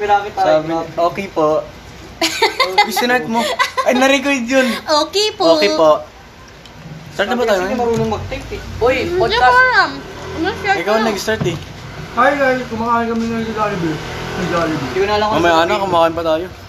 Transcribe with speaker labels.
Speaker 1: Marami tayo.
Speaker 2: Sabi, okay po. Isinart mo. Ay, na-record yun.
Speaker 3: Okay po.
Speaker 2: Okay po. Start na ba tayo?
Speaker 1: Kasi marunong mag-type eh. Uy,
Speaker 3: Hindi ko
Speaker 1: podcast.
Speaker 3: alam. Ano siya?
Speaker 2: Ikaw ang nag-start eh.
Speaker 4: Hi guys, kumakain kami ng Jollibee. Ng Jollibee.
Speaker 1: Hindi ko na alam kung
Speaker 2: Mamaya
Speaker 1: saan
Speaker 2: na,
Speaker 1: ko-
Speaker 2: kumakain pa tayo.